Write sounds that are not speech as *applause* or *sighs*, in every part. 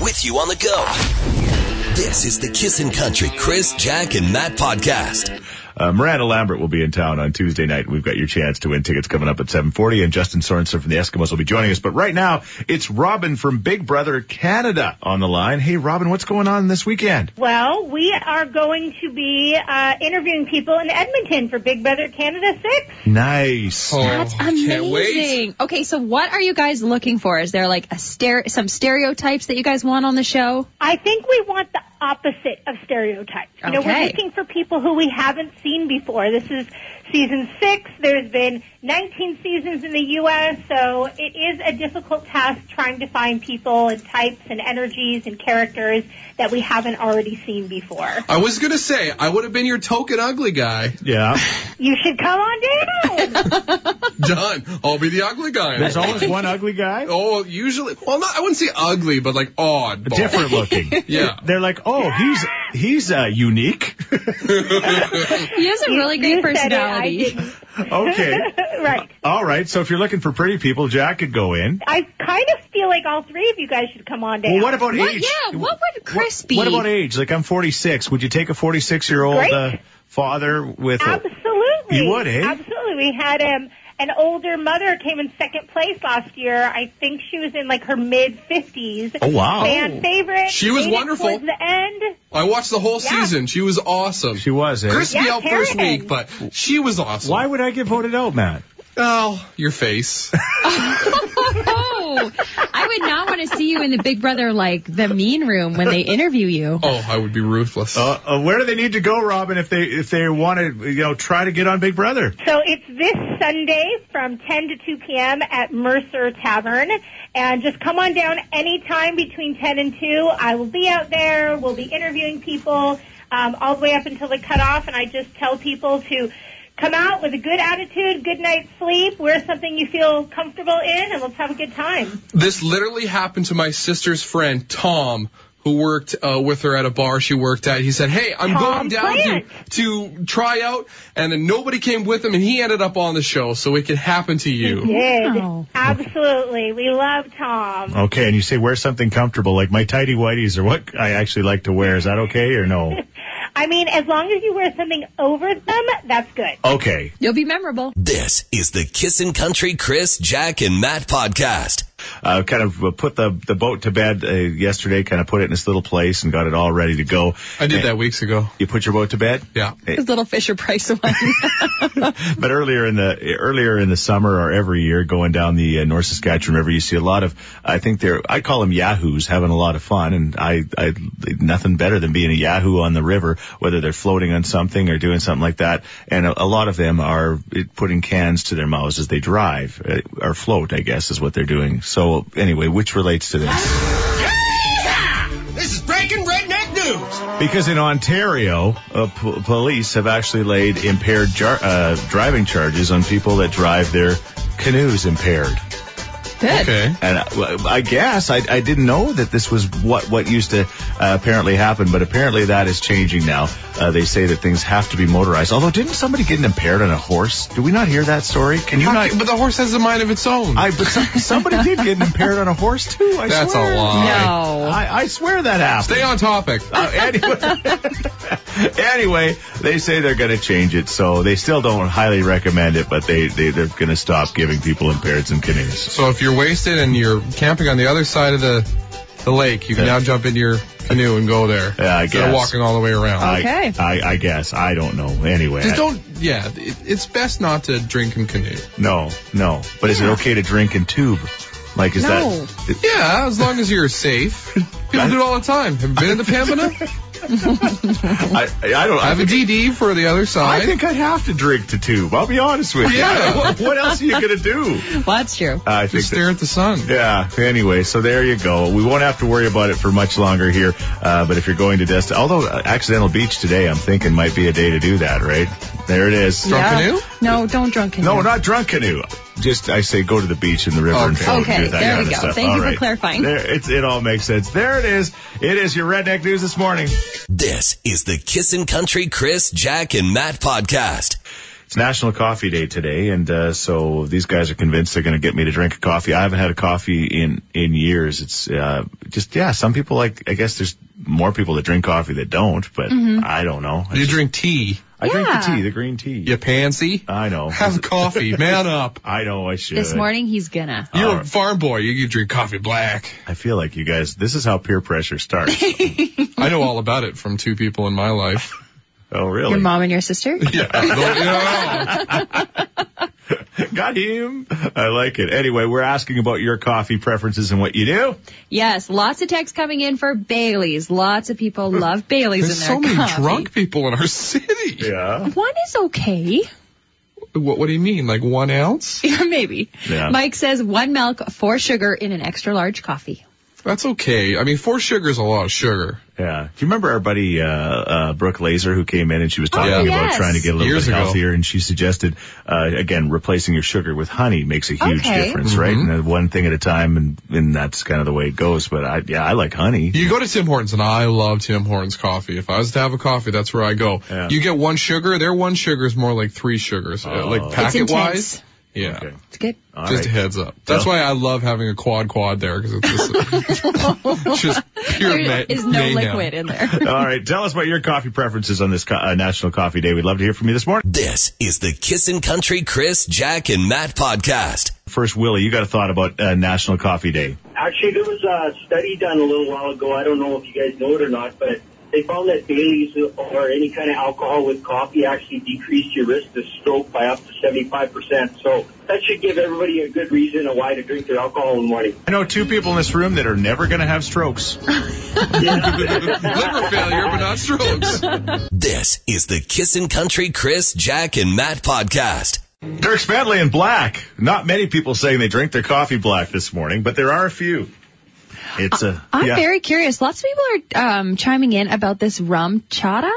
with you on the go. This is the Kissin' Country Chris, Jack, and Matt podcast. Uh, Miranda Lambert will be in town on Tuesday night. We've got your chance to win tickets coming up at 740 and Justin Sorensen from the Eskimos will be joining us. But right now, it's Robin from Big Brother Canada on the line. Hey, Robin, what's going on this weekend? Well, we are going to be uh, interviewing people in Edmonton for Big Brother Canada 6. Nice. Oh. That's amazing. Okay, so what are you guys looking for? Is there like a stere- some stereotypes that you guys want on the show? I think we want the opposite of stereotypes. You know, we're Okay. looking for people who we haven't seen before. This is season six. There's been 19 seasons in the U.S., so it is a difficult task trying to find people and types and energies and characters that we haven't already seen before. I was gonna say I would have been your token ugly guy. *laughs* Yeah. You should come on down. Done. I'll be the ugly guy. There's always one ugly guy. oh, usually. Well, not. I wouldn't say ugly, but like odd. Different looking. *laughs* Yeah. They're like, oh, he's he's uh, unique. *laughs* He has a *laughs* really You great said it, I personality. didn't. okay. right. All right. So if you're looking for pretty people, Jack could go in. I kind of feel like all three of you guys should come on down. Well, what about What- age? yeah, what would Chris what, be? What about age? Like I'm 46. Would you take a 46 year old Great. uh, father with? a- Absolutely. You would, eh? Absolutely. We had um, an older mother came in second place last year. I think she was in like her mid 50s. Oh, wow. Fan favorite. She was Made it wonderful. Towards the end. I watched the whole Yeah. season. She was awesome. She was. Eh? Crispy Yeah, out first Karen. week, but she was awesome. Why would I get voted out, Matt? Oh, *laughs* your face. *laughs* Oh, I would not want to see you in the Big Brother like the mean room when they interview you. Oh, I would be ruthless. Uh, uh, where do they need to go, Robin, if they if they want to you know try to get on Big Brother? So it's this Sunday from 10 to 2 p.m. at Mercer Tavern. And just come on down anytime between 10 and 2. I will be out there. We'll be interviewing people um, all the way up until the cutoff. And I just tell people to come out with a good attitude, good night's sleep, wear something you feel comfortable in, and let's have a good time. This literally happened to my sister's friend Tom, who worked uh, with her at a bar she worked at. He said, "Hey, I'm Tom going down to, to try out," and then nobody came with him, and he ended up on the show. So it could happen to you. Good. Wow. Absolutely. We love Tom. Okay, and you say wear something comfortable, like my tidy whities or what I actually like to wear. Is that okay or no? I mean, as long as you wear something over them, that's good. *laughs* Okay. You'll be memorable. This is the Kissin' Country Chris, Jack, and Matt podcast. uh, kind of uh, put the the boat to bed uh, yesterday. Kind of put it in this little place and got it all ready to go. I did And- that weeks ago. You put your boat to bed, Yeah. His little Fisher Price *laughs* one. but earlier in the earlier in the summer or every year, going down the uh, North Saskatchewan River, you see a lot of I think they're I call them yahoos having a lot of fun, and I I nothing better than being a yahoo on the river, whether they're floating on something or doing something like that. And a, a lot of them are eh, putting cans to their mouths as they drive eh, or float, I guess, is what they're doing. So anyway, which relates to this. This is breaking redneck news. Because in Ontario, uh, p- police have actually laid impaired jar- uh, driving charges on people that drive their canoes impaired. Good. Okay. And uh, I guess I, I didn't know that this was what what used to uh, apparently happen, but apparently that is changing now. Uh, they say that things have to be motorized. Although, didn't somebody get impaired on a horse? Do we not hear that story? Can you not? But the horse has a mind of its own. I but some, somebody did get impaired on a horse too. I That's swear. a lie. No. I, I swear that happened. *laughs* Stay on topic. Uh, anyway, *laughs* anyway, they say they're going to change it, so they still don't highly recommend it, but they, they they're going to stop giving people impaireds and canoes. So if you're wasted and you're camping on the other side of the the lake, you can now jump in your canoe and go there. Yeah, I Instead of guess. walking all the way around. Okay. I, I, I guess I don't know. Anyway, Just I- don't. Yeah, it, it's best not to drink and canoe. no, no. But is it okay to drink and tube? Like is No. that? it- Yeah, as long as you're safe. People do it all the time. Have you been in *laughs* the Pembina? I I don't. I I have a think, DD for the other I side. think I'd have to drink to tube. I'll be honest with you. Yeah. what, what else are you going to do? Well, that's true. I think just that- stare at the sun. Yeah. Anyway, so there you go. We won't have to worry about it for much longer here. Uh, but if you're going to Destin, although uh, Accidental Beach today, I'm thinking might be a day to do that, right? There it is. Drunk Yeah. canoe? No, don't drunk canoe. No, not drunk canoe. Just I say go to the beach and the river and Okay. float and Okay, do that there kind we of go. stuff. Thank All you for right. clarifying. There, it's, it all makes sense. There it is. It is your redneck news this morning. This is the Kissin' Country Chris, Jack, and Matt podcast. it's National Coffee Day today, and uh, so these guys are convinced they're going to get me to drink a coffee. I haven't had a coffee in in years. It's uh, just yeah. Some people like I guess there's more people that drink coffee that don't, but I don't know. I You just- drink tea. I drink the Mm-hmm. Yeah. tea, the green tea. You pansy. I know. Have *laughs* coffee. Man up. I know I should. This morning he's gonna. You're a Alright. farm boy. You, you drink coffee black. I feel like you guys. This is how peer pressure *laughs* starts. I know all about it from two people in my life. oh really? Your mom and your sister? *laughs* Yeah. *laughs* Yeah. Got him. I like it. Anyway, we're asking about your coffee preferences and what you do. yes, lots of texts coming in for Bailey's. Lots of people love Bailey's There's in their so many coffee. drunk people in our *laughs* city. Yeah. One is okay. *laughs* What, what do you mean? Like one ounce? Yeah, Maybe. Yeah. Mike says one milk, four sugar in an extra large coffee. That's okay. I mean, four sugar is a lot of sugar. Yeah. Do you remember our buddy uh, uh, Brooke Laser who came in and she was talking Yeah. about Oh, yes. trying to get a little Years bit ago. healthier, and she suggested uh, again replacing your sugar with honey makes a huge Okay. difference, right? Mm-hmm. And then one thing at a time, and, and that's kind of the way it goes. But I, yeah, I like honey. You go to Tim Hortons, and I love Tim Hortons coffee. If I was to have a coffee, that's where I go. Yeah. You get one sugar. Their one sugar is more like three sugars, uh, Oh. like It's packet intense. wise. Yeah. Okay. It's good. All Just a right. heads up. That's Yeah. why I love having a quad quad there because it's just, *laughs* *laughs* it's just pure There ma- is no mayhem. liquid *laughs* in there. All right. Tell us about your coffee preferences on this co- uh, National Coffee Day. We'd love to hear from you this morning. This is the Kissin' Country Chris, Jack, and Matt podcast. First, Willie, you got a thought about uh, National Coffee Day? Actually, there was a study done a little while ago. I don't know if you guys know it or not, but they found that Bailey's or any kind of alcohol with coffee actually decreased your risk of stroke by up to 75%. So that should give everybody a good reason of why to drink their alcohol in the morning. I know two people in this room that are never going to have strokes. Liver failure, but not strokes. This is the Kissin' Country Chris, Jack, and Matt podcast. Dirk Bentley in black. Not many people saying they drink their coffee black this morning, but there are a few. It's a I'm yeah. very curious. Lots of people are um, chiming in about this rum chata.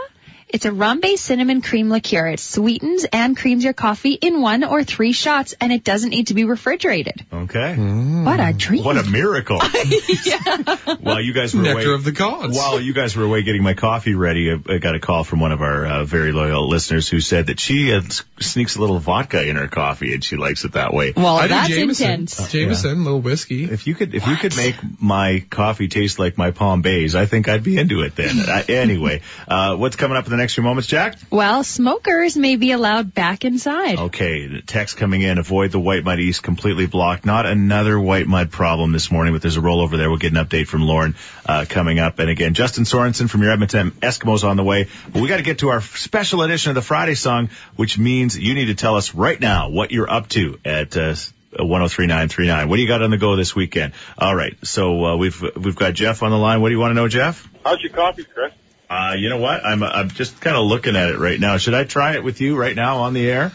It's a rum-based cinnamon cream liqueur. It sweetens and creams your coffee in one or three shots, and it doesn't need to be refrigerated. okay. What Hmm. a treat! What a miracle! *laughs* While you guys were Nectar away, of the gods. while you guys were away getting my coffee ready, I I got a call from one of our uh, very loyal listeners who said that she uh, s- sneaks a little vodka in her coffee and she likes it that way. well, I do that's Jameson. intense. Jameson, little whiskey. If you could, if you could make my coffee taste like my Palm Bays, I think I'd be into it then. I, anyway, uh, what's coming up in the next few moments, Jack? Well, smokers may be allowed back inside. Okay, the text coming in. Avoid the white mud east, completely blocked. Not another white mud problem this morning, but there's a rollover there. We'll get an update from Lauren uh, coming up. And again, Justin Sorensen from your Edmonton Eskimos on the way. But we got to get to our special edition of the Friday song, which means you need to tell us right now what you're up to at. Uh, 103939. What do you got on the go this weekend? All right. So, uh, we've, we've got Jeff on the line. What do you want to know, Jeff? How's your coffee, Chris? Uh, you know what? I'm, I'm just kind of looking at it right now. Should I try it with you right now on the air?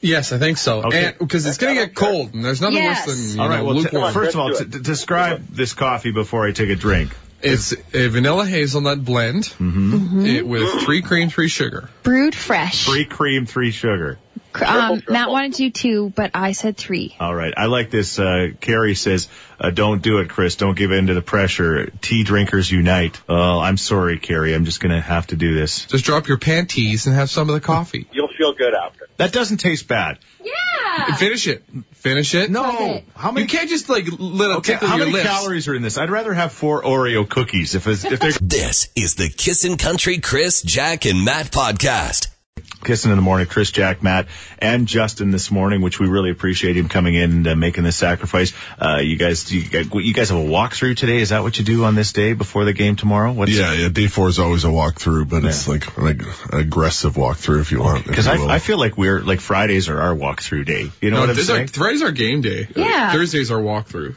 Yes, I think so. Okay. Because it's going to get cold, and there's nothing Yes. worse than you All right. know, Well, t- lukewarm. first of all, Let's t- do it. t- describe this coffee before I take a drink. It's a vanilla hazelnut blend it, Mm-hmm. Eh, *gasps* with three cream, three sugar. Brewed fresh. Three cream, three sugar. Cr- Um, triple. Matt wanted you two, but I said three. All right. I like this. Uh, Carrie says, uh, "Don't do it, Chris. Don't give in to the pressure. Tea drinkers unite." Oh, I'm sorry, Carrie. I'm just gonna have to do this. Just drop your panties and have some of the coffee. You'll feel good after. That doesn't taste bad. Finish it. Finish it. Okay. How You many? can't just like let it Okay, tickle how your many lips. calories are in this? I'd rather have four Oreo cookies if it's, if they're This is the Kissin' Country Chris, Jack, and Matt podcast. Kissing in the morning, Chris, Jack, Matt, and Justin this morning, which we really appreciate him coming in and uh, making this sacrifice. Uh, you guys, you guys, you guys have a walkthrough today. Is that what you do on this day before the game tomorrow? What Yeah, yeah. Day four is always a walkthrough, but it's like an ag- aggressive walkthrough if you want. if Because you I, will. I feel like we're like Fridays are our walkthrough day. You know No, what I'm this is our, saying? Friday's our game day. Yeah. Thursday's our walkthrough.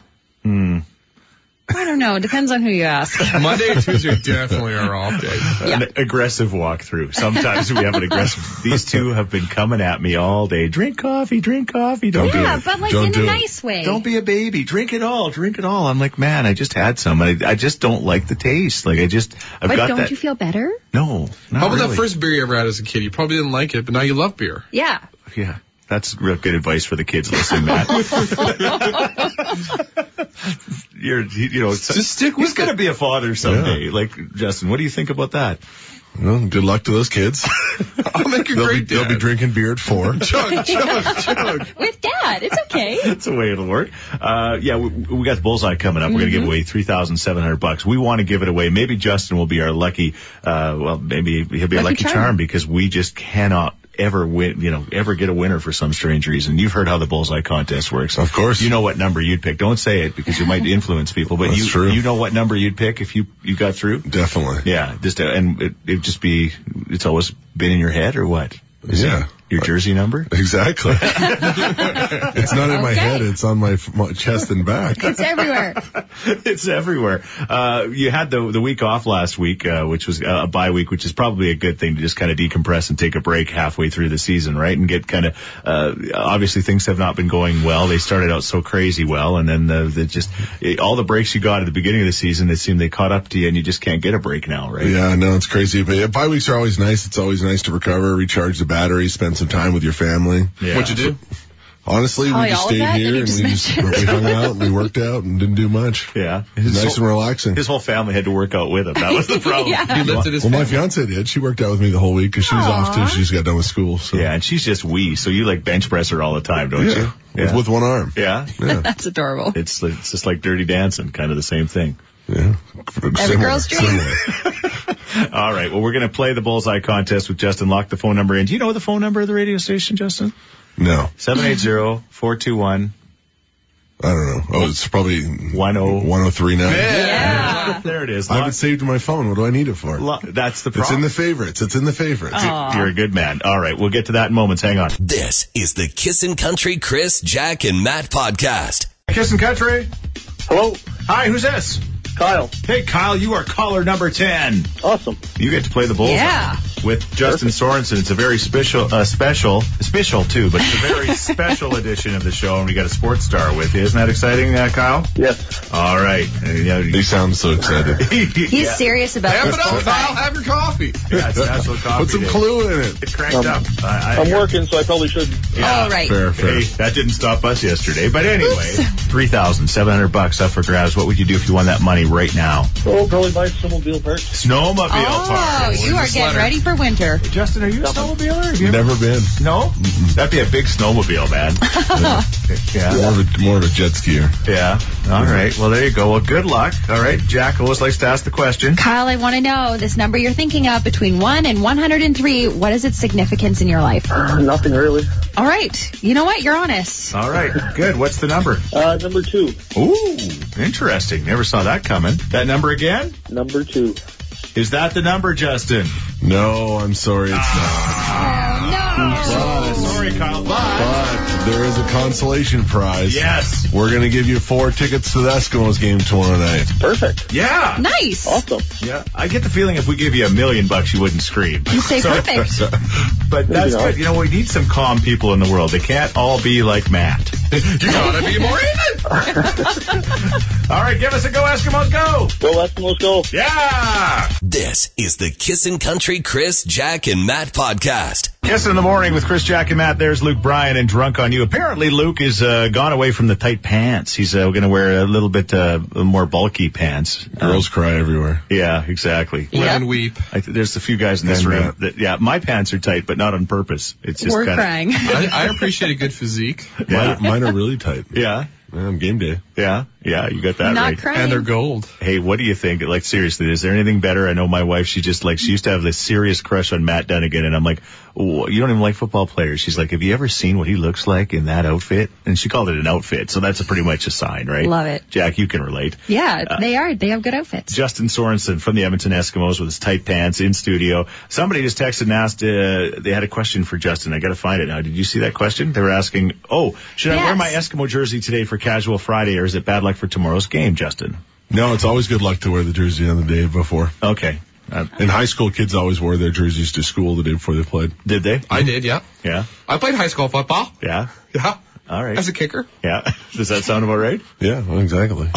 I don't know. It depends on who you ask. Monday *laughs* and Tuesday are definitely our off day. Yeah. An aggressive walkthrough. Sometimes we have an *laughs* aggressive. These two have been coming at me all day. Drink coffee, drink coffee. Don't be yeah, but like Don't in do a it. nice way. Don't be a baby. Drink it all. Drink it all. I'm like, man, I just had some. I, I just don't like the taste. Like I just, I've but got don't that. you feel better? no. not How about really. that first beer you ever had as a kid? You probably didn't like it, but now you love beer. Yeah. Yeah. That's real good advice for the kids listening. *laughs* That you're, you know, so- Just stick with He's gonna it. be a father someday. Like Justin, what do you think about that? Well, good luck to those *laughs* kids. I'll *laughs* make a They'll be, great they'll be dad. drinking beer at four. Chug, chug, chug. With dad, it's okay. That's the way it'll work. Uh, yeah, we, we got the bullseye coming up. We're gonna give away three thousand seven hundred bucks. We want to give it away. Maybe Justin will be our lucky. Uh, well, maybe he'll be a Lucky lucky charm. charm. because we just cannot ever win. You know, ever get a winner for some strange reason. You've heard how the bullseye contest works. Of course. you know what number you'd pick. Don't say it because you might influence people. But That's you true. you know what number you'd pick if you you got through. Definitely. Yeah, just uh, and it, it'd just be it's always been in your head or what? Is it Yeah. your jersey *laughs* number. Exactly. it's not in my Okay. head. It's on my, f- my chest and back. It's everywhere. it's everywhere. Uh, you had the the week off last week, uh, which was uh, a bye week, which is probably a good thing to just kind of decompress and take a break halfway through the season, right? And get kind of uh, obviously things have not been going well. They started out so crazy well, and then the, the just it, all the breaks you got at the beginning of the season, it seemed they caught up to you, and you just can't get a break now, right? Yeah, no, it's crazy. But yeah, bye weeks are always nice. It's always nice to recover, recharge the battery, spend some time with your family. Yeah. What'd you do? Honestly, Oh, we just all of stayed that that here you and just we just mentioned. we hung out and we worked out and didn't do much. Yeah. It was His nice whole- and relaxing. His whole family had to work out with him. That was the problem. He lifted his Well, my family. fiance did. She worked out with me the whole week because she was off too. She just got done with school. So. Yeah, and she's just wee, so you like bench press her all the time, don't you? Yeah. With, with one arm. yeah. *laughs* That's adorable. It's it's just like dirty dancing, kind of the same thing. Yeah. Similar. girl's dream. Similar. All right. Well, we're going to play the bullseye contest with Justin. Lock the phone number in. Do you know the phone number of the radio station, Justin? No, 780-421-1039. I don't know. Oh, it's probably 103 now. Yeah. oh There it is. I Lock- have it saved to my phone. What do I need it for? lo- Oh. that's the problem. It's in the favorites. It's in the favorites. You're a good man. All right. We'll get to that in moments. Hang on. This is the Kissin' Country Chris, Jack, and Matt podcast. Kissing Country. Hello, Hi, who's this? Kyle. Hey, Kyle, you are caller number 10. Awesome. You get to play the bullseye. Yeah. with Justin Sorensen. It's a very special, uh, special, special too, but it's a very *laughs* special edition of the show, and we got a sports star with you. Isn't that exciting, uh, Kyle? Yes. All right. *laughs* Uh, yeah, You sound so excited. He's yeah, serious about Amp this. it up, bullseye. Kyle. Have your coffee. yeah, *laughs* it's National Coffee Put some Day. clue in it. It cranked up. I, I, I'm working, so I probably shouldn't. yeah. All right. Fair, fair. Hey, that didn't stop us yesterday. But anyway, three thousand seven hundred bucks up for grabs. What would you do if you won that money right now? Oh, probably buy some mobile parts. Snowmobile Oh, park. you are getting ready for winter. Justin, are you a snowmobiler? Have you ever- Never been. No, that'd be a big snowmobile, *laughs* man. yeah. More of a more of a jet skier. Yeah. All right. Well, there you go. Well, good luck. All right. Jack always likes to ask the question. Kyle, I want to know this number you're thinking of between 1 and 103. What is its significance in your life? *sighs* Nothing really. All right. You know what? You're honest. All right. Good. What's the number? Uh, number two. Ooh, interesting. Never saw that coming. That number again? Number two. Is that the number, Justin? No, I'm sorry, it's not. Oh, Ah, Sorry, Kyle. Bye. But there is a consolation prize. Yes. We're gonna give you four tickets to the Eskimos game tomorrow night. *laughs* Perfect. Yeah. no. Nice. Awesome. Yeah. I get the feeling if we give you a million bucks, you wouldn't scream. You say perfect. But that's not. good. You know, we need some calm people in the world. They can't all be like Matt. You gotta be more even. All right. Give us a go, Eskimos. Go. Go Eskimos, go. Yeah. This is the Kissin' Country Chris, Jack, and Matt podcast. Yes, in the morning with Chris Jack and Matt. There's Luke Bryan and drunk on you. Apparently, Luke is uh, gone away from the tight pants. He's uh, going to wear a little bit uh, more bulky pants. Uh, Girls cry everywhere. Yeah, exactly. Women weep. I th- there's a few guys in this And, room uh, that yeah, my pants are tight, but not on purpose. It's just We're kinda, crying. I, I appreciate a good physique. Yeah, Mine, mine are really tight. yeah, Man, I'm game day. yeah, yeah. You got that Not right. crying. And they're gold. Hey, what do you think? Like seriously, is there anything better? I know my wife. She just like she used to have this serious crush on Matt Dunnigan, and I'm like, "Oh, you don't even like football players. She's like, have you ever seen what he looks like in that outfit? And she called it an outfit, so that's a pretty much a sign, right? Love it. Jack. You can relate. Yeah, they are. They have good outfits. Justin Sorensen from the Edmonton Eskimos with his tight pants in studio. Somebody just texted and asked, uh, they had a question for Justin. I got to find it now. Did you see that question? They were asking, oh, should I wear Yes. my Eskimo jersey today for casual Friday or is it bad luck for tomorrow's game, Justin? No, it's always good luck to wear the jersey on the day before. Okay. Uh, In high school, kids always wore their jerseys to school the day before they played. did they? I did, yeah. Yeah. I played high school football. Yeah. Yeah. All right. as a kicker. Yeah. *laughs* Does that sound about right? Yeah, well, exactly.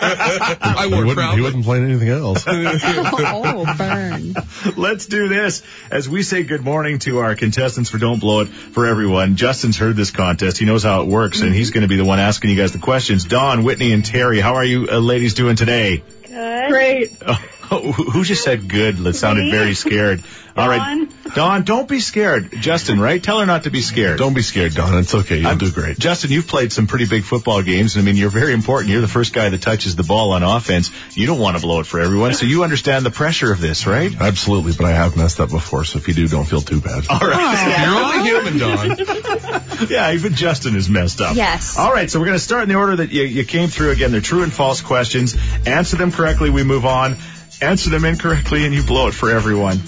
I He wore wouldn't, proudly. he wouldn't play *laughs* anything else. *laughs* oh, burn. Let's do this as we say good morning to our contestants for Don't Blow It for everyone. Justin's heard this contest. He knows how it works and he's going to be the one asking you guys the questions. Dawn, Whitney, and Terry, how are you uh, ladies doing today? Good. Great. Oh, who who just said good? That sounded very scared. All right. Dawn, don't be scared. Justin, right? Tell her not to be scared. Don't be scared, Don. It's okay. You'll I'm- do great. Justin, you've played some pretty big football games, and I mean, you're very important. You're the first guy that touches the ball on offense. You don't want to blow it for everyone, so you understand the pressure of this, right? Absolutely, but I have messed up before, so if you do, don't feel too bad. All right. You're *laughs* only human, Don. *laughs* Yeah, even Justin is messed up. Yes. All right, so we're going to start in the order that you, you came through. Again, they're true and false questions. Answer them correctly, we move on. Answer them incorrectly, and you blow it for everyone.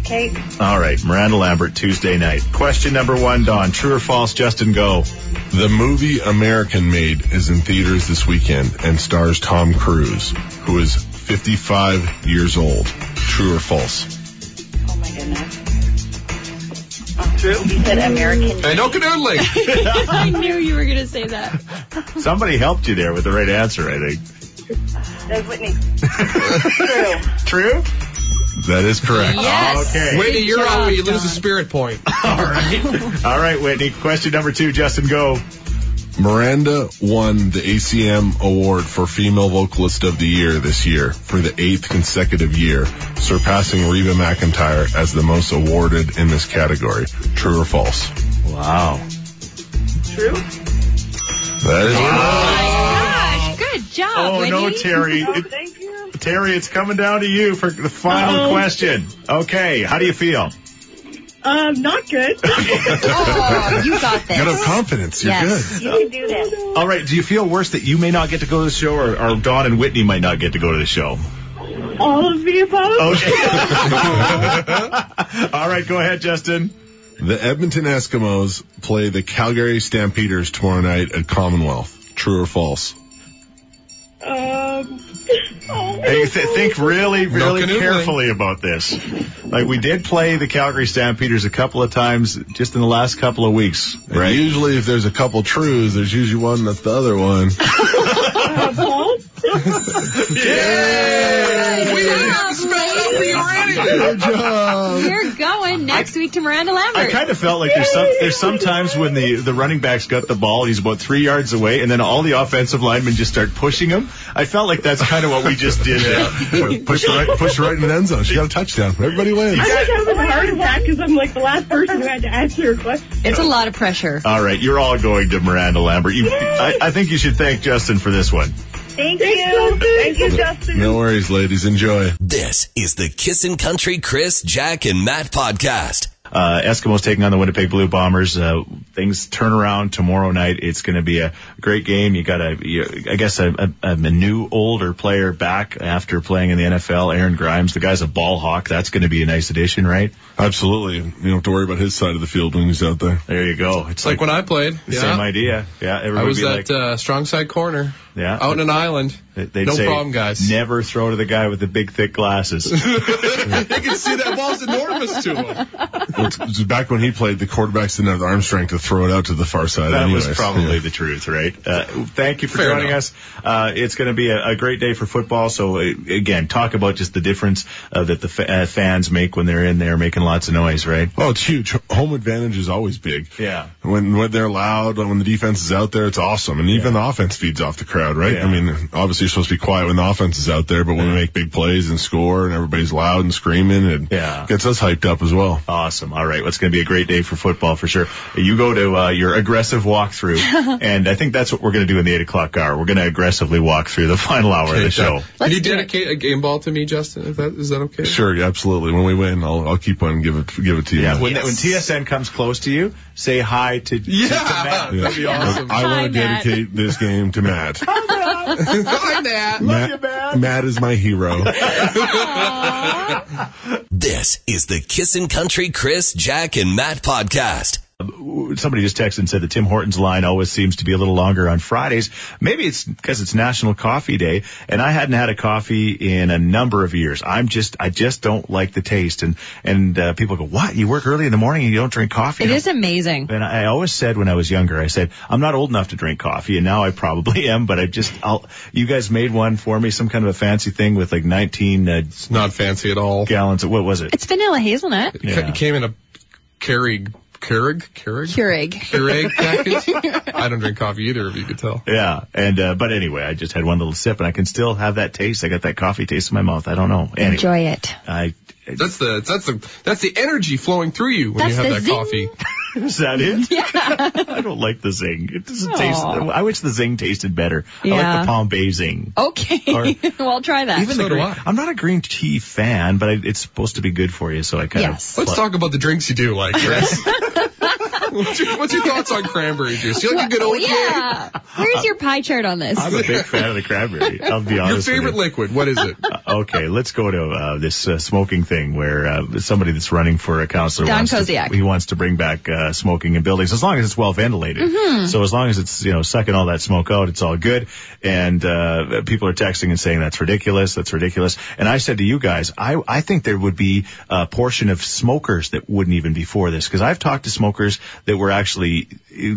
Okay. All right, Miranda Lambert, Tuesday night. Question number one, Don. True or false, Justin, go. The movie American Made is in theaters this weekend and stars Tom Cruise, who is 55 years old. True or false? Oh my goodness. True. You said American. And no canoodling. I knew you were going to say that. Somebody helped you there with the right answer, I think. That's *laughs* Whitney. True. True? That is correct. Yes. Okay. Whitney, Good you're job, out, but you lose Don. a spirit point. All right. All right, Whitney. Question number two, Justin, go. Miranda won the ACM award for Female Vocalist of the Year this year for the eighth consecutive year, surpassing Reba McIntyre as the most awarded in this category. True or false? Uh, Wow. True. That Gosh, is good job, Oh, Whitney. no, Terry. Oh, It- thank you. Oh. Terry, it's coming down to you for the final question. Okay, how do you feel? Um, not good. Oh, you got this. You have confidence. You're Yes. good. You can do that. All right, do you feel worse that you may not get to go to the show or, or Dawn and Whitney might not get to go to the show? All of the above. Okay. *laughs* All right, go ahead, Justin. The Edmonton Eskimos play the Calgary Stampeders tomorrow night at Commonwealth. True or false? Um. Oh. Hey, th- think really, really canoodling. carefully about this. Like, we did play the Calgary Stampeders a couple of times just in the last couple of weeks, Right. usually, if there's a couple trues, there's usually one that's the other one. *laughs* We didn't have to spell it out for you already. You're going next week to Miranda I Lambert. kind of felt like there's some there's sometimes when the the running back's got the ball, he's about three yards away, and then all the offensive linemen just start pushing him. I felt like that's kind of what we just did. there. *laughs* push her right, push her right in the end zone. She got a touchdown. Everybody wins. I think that was a heart attack because I'm like the last person who had to answer your question. It's a lot of pressure. All right, you're all going to Miranda Lambert. You, I, I think you should thank Justin for this one. Thank Thanks, you. Justin. Thank you, Justin. No worries, ladies. Enjoy. This is the Kissin' Country Chris, Jack, and Matt podcast. Uh, Eskimos taking on the Winnipeg Blue Bombers. Uh, things turn around tomorrow night. It's going to be a great game. You got a, you, I guess a, a, a new older player back after playing in the NFL. Aaron Grimes, the guy's a ball hawk. That's going to be a nice addition, right? Absolutely. You don't have to worry about his side of the field when he's out there. There you go. It's like when I played. The Same Yeah. idea. Yeah, I everybody was be like, at uh, strong side corner yeah. out in an island. They'd no say, problem, guys. Never throw to the guy with the big thick *laughs* glasses. They can see that ball's enormous to him. Well, it's- it's back when he played, the quarterbacks didn't have the arm strength to throw it out to the far side. That was anyways. probably Yeah. the truth, right? Uh, thank you for Fair joining enough. us. Uh, it's going to be a, a great day for football. So uh, again, talk about just the difference uh, that the fa- uh, fans make when they're in there making lots of noise, right? Oh, it's huge. Home advantage is always big. Yeah. When when they're loud, when the defense is out there, it's awesome. And even the offense feeds off the crowd, right? Yeah. I mean, obviously you're supposed to be quiet when the offense is out there, but when we make big plays and score and everybody's loud and screaming, it Yeah. gets us hyped up as well. Awesome. All right. Well, it's going to be a great day for football for sure. You go to uh, your aggressive walkthrough, and I think that's what we're going to do in the eight o'clock hour. We're going to aggressively walk through the final hour of the show. Can you do it. dedicate a game ball to me, Justin? If that, is that okay? *laughs* Sure, yeah, absolutely. When we win, I'll I'll keep one and give it give it to you. Yeah, when, when TSN comes close to you, say hi to, to- Yeah. to *laughs* Matt. That'd be awesome. I Hi, want to Matt. dedicate this *laughs* game to Matt. Like that. Matt, Matt is *laughs* my hero. This is the Kissin' Country Chris, Jack, and Matt podcast. somebody just texted and said the Tim Hortons line always seems to be a little longer on Fridays. Maybe it's because it's National Coffee Day, and I hadn't had a coffee in a number of years. I'm just, I just don't like the taste. And and uh, people go, "What? You work early in the morning and you don't drink coffee?" It And I'm is amazing. and I always said when I was younger, I said, I'm not old enough to drink coffee, and now I probably *laughs* am, but I just, I'll, you guys made one for me, some kind of a fancy thing with like 19 uh, It's not fancy at all. gallons. Of, what was it? It's vanilla hazelnut. It ca- Yeah. It came in a Keurig, Keurig, Keurig, Keurig. Keurig *laughs* package. I don't drink coffee either, if you could tell. Yeah. And, uh, but anyway, I just had one little sip and I can still have that taste. I got that coffee taste in my mouth. I don't know. Anyway, Enjoy it. I, That's the that's the that's the energy flowing through you when That's you the have that coffee. zing. is that *laughs* it? Yeah. *laughs* I don't like the zing. It doesn't taste, Aw. I wish the zing tasted better. I Yeah. like the Palm Bay zing. Okay. Or- *laughs* well, try that. Even So the do green, I. am not a green tea fan, but I, it's supposed to be good for you, so I kind Yes. of. Let's talk about the drinks you do like, *laughs* Chris. what's, your, what's your thoughts on cranberry juice? You like a good old yeah. Where's your pie chart on this? I'm a big fan of the cranberry. I'll be Your honest. with favorite you. liquid? What is it? *laughs* okay, let's go to uh, this uh, smoking thing where uh, somebody that's running for a counselor Don wants Kosiak. To, he wants to bring back uh, smoking in buildings as long as it's well ventilated. Mm-hmm. So as long as it's you know sucking all that smoke out, it's all good. And uh, people are texting and saying that's ridiculous, that's ridiculous. And I said to you guys, I I think there would be a portion of smokers that wouldn't even be for this because I've talked to smokers that were actually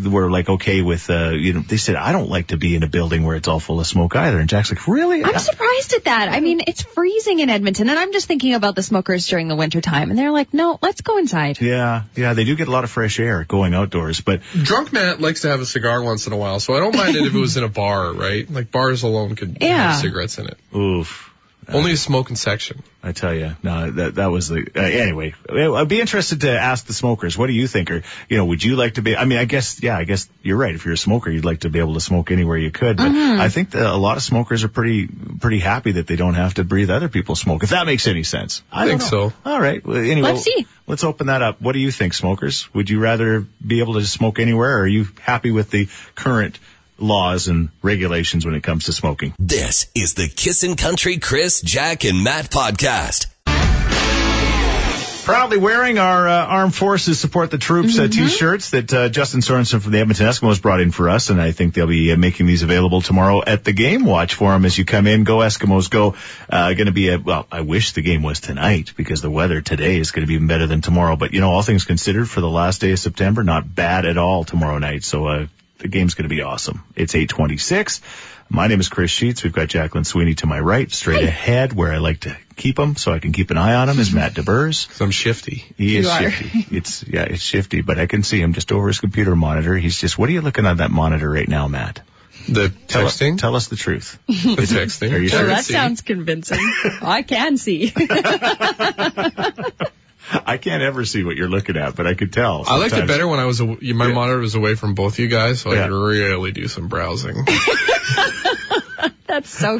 were like okay with uh, you know they said I don't like to be in a building where it's all full of smoke either. And Jack's like, really? I'm surprised at that. I mean, it's freezing in Edmonton, and I'm just thinking about the smokers during the winter time, and they're like, no, let's go inside. Yeah, yeah, they do get a lot of fresh air going outdoors, but Drunk Matt likes to have a cigar once in a while, so I don't mind it if it was in a bar, right? Like bars alone could Yeah. have cigarettes in it. oof, Only a smoking section. I tell you, no, that that was the uh, anyway. I'd be interested to ask the smokers, what do you think, or you know, would you like to be? I mean, I guess, yeah, I guess you're right. If you're a smoker, you'd like to be able to smoke anywhere you could, but Mm-hmm. I think that a lot of smokers are pretty pretty happy that they don't have to breathe other people's smoke. If that makes any sense, I think don't know. so. All right, well, anyway, Let's see. Let's open that up. What do you think, smokers? Would you rather be able to smoke anywhere, or are you happy with the current laws and regulations when it comes to smoking? This is the Kissin' Country Chris, Jack, and Matt podcast. proudly wearing our uh, Armed Forces Support the Troops uh, t-shirts that uh, Justin Sorensen from the Edmonton Eskimos brought in for us, and I think they'll be uh, making these available tomorrow at the Game Watch Forum as you come in. Go Eskimos, go! Uh, going to be a well. I wish the game was tonight because the weather today is going to be even better than tomorrow. But you know, all things considered, for the last day of September, not bad at all tomorrow night. So uh, the game's going to be awesome. It's 826. My name is Chris Sheets. We've got Jacqueline Sweeney to my right, straight ahead where I like to keep them so I can keep an eye on them is Matt DeBurs. 'Cause I'm shifty. He is You are. shifty. It's yeah, it's shifty, but I can see him just over his computer monitor. He's just what are you looking at that monitor right now, Matt? The Tell us, texting. tell us the *laughs* truth. the texting. Are you Well, sure? that sounds convincing. *laughs* I can see. *laughs* I can't ever see what you're looking at, but I could tell. I liked it sometimes. better when I was aw- my monitor was away from both you guys, so Yeah. I could really do some *laughs* browsing. That's so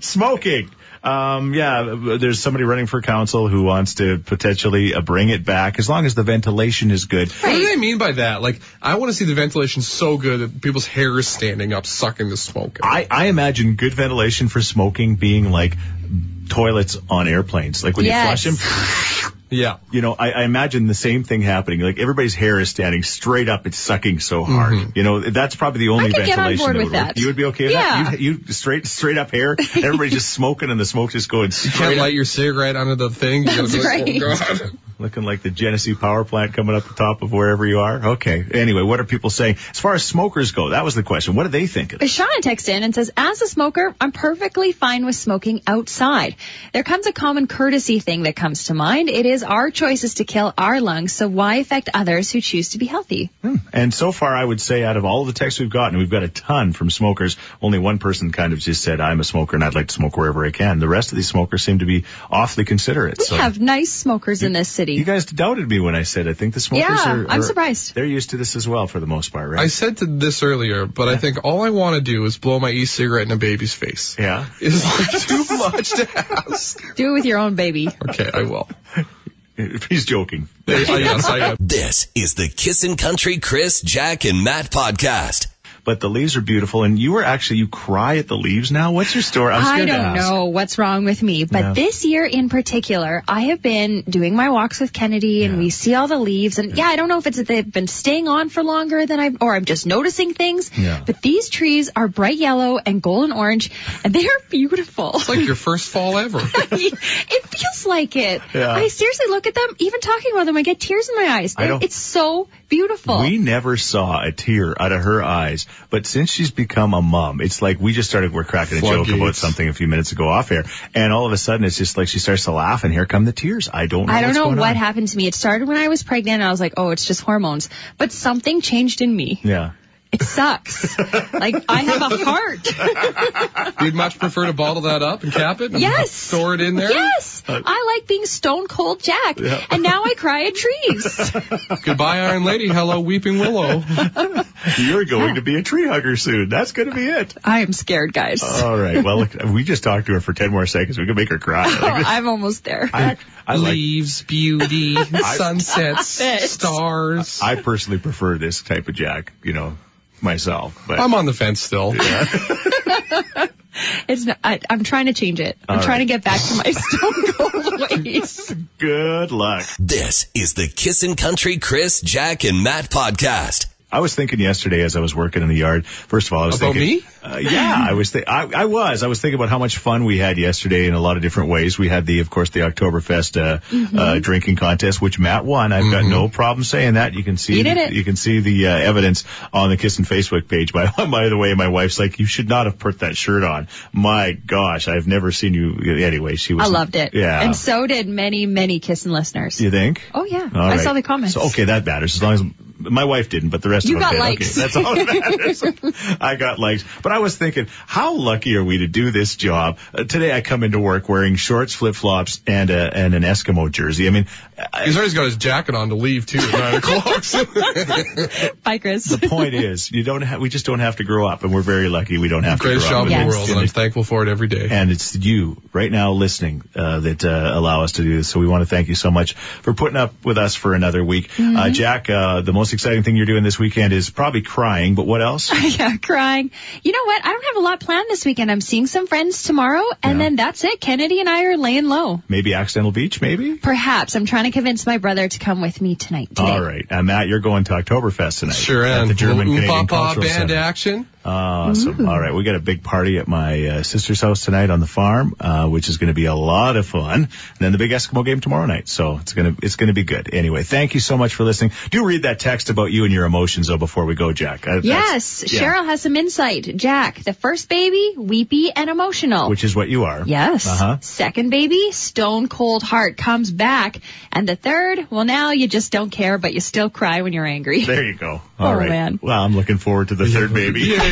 *laughs* Smoking. Um, yeah, there's somebody running for council who wants to potentially uh, bring it back as long as the ventilation is good. What do they mean by that? Like, I want to see the ventilation so good that people's hair is standing up, sucking the smoke. out. I, I imagine good ventilation for smoking being like toilets on airplanes. Like when Yes. you flush them, yeah. you know, I, I imagine the same thing happening. Like everybody's hair is standing straight up. It's sucking so hard. You know, that's probably the only Mm-hmm. could get ventilation on board that would with work. that. You would be okay with Yeah. that? You, you straight, straight up *laughs* hair. Everybody's just smoking and the smoke just going *laughs* Can't straight up, light your cigarette under the thing. You gotta That's be like, oh, right. *laughs* God. looking like the Genesee power plant coming up the top of wherever you are. Okay. Anyway, what are people saying? As far as smokers go, that was the question. What do they think of it? Shauna texts in and says, as a smoker, I'm perfectly fine with smoking outside. There comes a common courtesy thing that comes to mind. It is our choices to kill our lungs, so why affect others who choose to be healthy? And so far, I would say out of all the texts we've gotten, we've got a ton from smokers. Only one person kind of just said, I'm a smoker and I'd like to smoke wherever I can. The rest of these smokers seem to be awfully considerate. We have nice smokers in this You city. guys doubted me when I said I think the smokers Yeah, are, I'm are- surprised. They're used to this as well for the most part, I right? said to this earlier, but I think all I want to do is blow my e-cigarette in a baby's face. yeah. *laughs* Is like too much to ask. Do it with your own baby. Okay, I will. He's joking. Yes, I am. This is the Kissin' Country Chris, Jack, and Matt podcast. but the leaves are beautiful. And you were actually, you cry at the leaves now? What's your story? I'm I scared to don't ask. know what's wrong with me, but Yeah. this year in particular, I have been doing my walks with Kennedy and we see all the leaves and yeah, I don't know if it's that they've been staying on for longer than I or I'm just noticing things, Yeah. but these trees are bright yellow and golden orange and they are beautiful. *laughs* It's like your first fall ever. it feels like it. Yeah. I seriously look at them, even talking about them, I get tears in my eyes. I don't- It's so beautiful. We never saw a tear out of her eyes, but since she's become a mom, it's like we just started, we're cracking a joke Floodgates. about something a few minutes ago off air, and all of a sudden it's just like she starts to laugh and here come the tears. I don't know I don't what's know going what on. happened to me. It started when I was pregnant and I was like, oh, it's just hormones. But something changed in me. Yeah. It sucks. like I have a heart. You'd much prefer to bottle that up and cap it and Yes. store it in there? yes. I like being stone cold Jack. And now I cry at trees. Goodbye, Iron Lady. Hello, Weeping Willow. You're going to be a tree hugger soon. That's going to be it. I am scared, guys. All right. Well, look, we just talked to her for 10 more seconds. We can make her cry. Oh, Like, I'm almost there. I, *laughs* I like *laughs* Leaves, beauty, sunsets, Stop it. stars. I personally prefer this type of Jack, you know, myself. But I'm on the fence still. It's not, I, I'm trying to change it. I'm All right. trying to get back to my *laughs* stone cold ways. good luck. This is the Kissin' Country Chris, Jack, and Matt podcast. I was thinking yesterday as I was working in the yard. First of all, I was About thinking. me? Uh, yeah, I was. Th- I, I was. I was thinking about how much fun we had yesterday in a lot of different ways. We had the, of course, the Oktoberfest uh, Mm-hmm. uh, drinking contest, which Matt won. I've Mm-hmm. got no problem saying that. You can see. You did it. You can see the uh, evidence on the Kiss and Facebook page. By *laughs* by the way, my wife's like, you should not have put that shirt on. My gosh, I've never seen you. Anyway, she was. I loved it. Yeah. And so did many, many Kissin' listeners. you think? Oh, yeah. All I right. saw the comments. So, okay, that matters. As long as my wife didn't, but the rest You of them got did. likes. Okay, that's all that matters. *laughs* I got likes. But I was thinking, how lucky are we to do this job? Uh, today I come into work wearing shorts, flip flops, and a, and an Eskimo jersey. I mean, uh, I, *laughs* He's already got his jacket on to leave too at *laughs* nine o'clock. So Bye, Chris. the point is, you don't have, we just don't have to grow up, and we're very lucky we don't have to greatest grow job up. in the Yes. world, and I'm thankful for it every day. and it's you right now listening uh, that uh, allow us to do this. So we want to thank you so much for putting up with us for another week. Uh, Jack, uh, the most exciting thing you're doing this weekend is probably crying, but what else? *laughs* yeah, crying. You know what? I don't have a lot planned this weekend. I'm seeing some friends tomorrow, and Yeah. then that's it. Kennedy and I are laying low. maybe Accidental Beach, maybe? Perhaps I'm trying to convince my brother to come with me tonight. Today. All right. Uh, Matt, you're going to Oktoberfest tonight. Sure, At and the German Ooh, Canadian Papa Cultural band Center. action. Awesome. Mm. All right. We got a big party at my uh, sister's house tonight on the farm, uh, which is going to be a lot of fun. And then the big Eskimo game tomorrow night. So it's going to, it's going to be good. Anyway, thank you so much for listening. Do read that text about you and your emotions though before we go, Jack. Uh, that's- Yes, yeah, Cheryl has some insight. Jack, the first baby, weepy and emotional. Which is what you are. yes. Uh-huh. Second baby, stone cold heart comes back. And the third, well, now you just don't care, but you still cry when you're angry. *laughs* There you go. All right. Oh, man. Well, I'm looking forward to the third baby.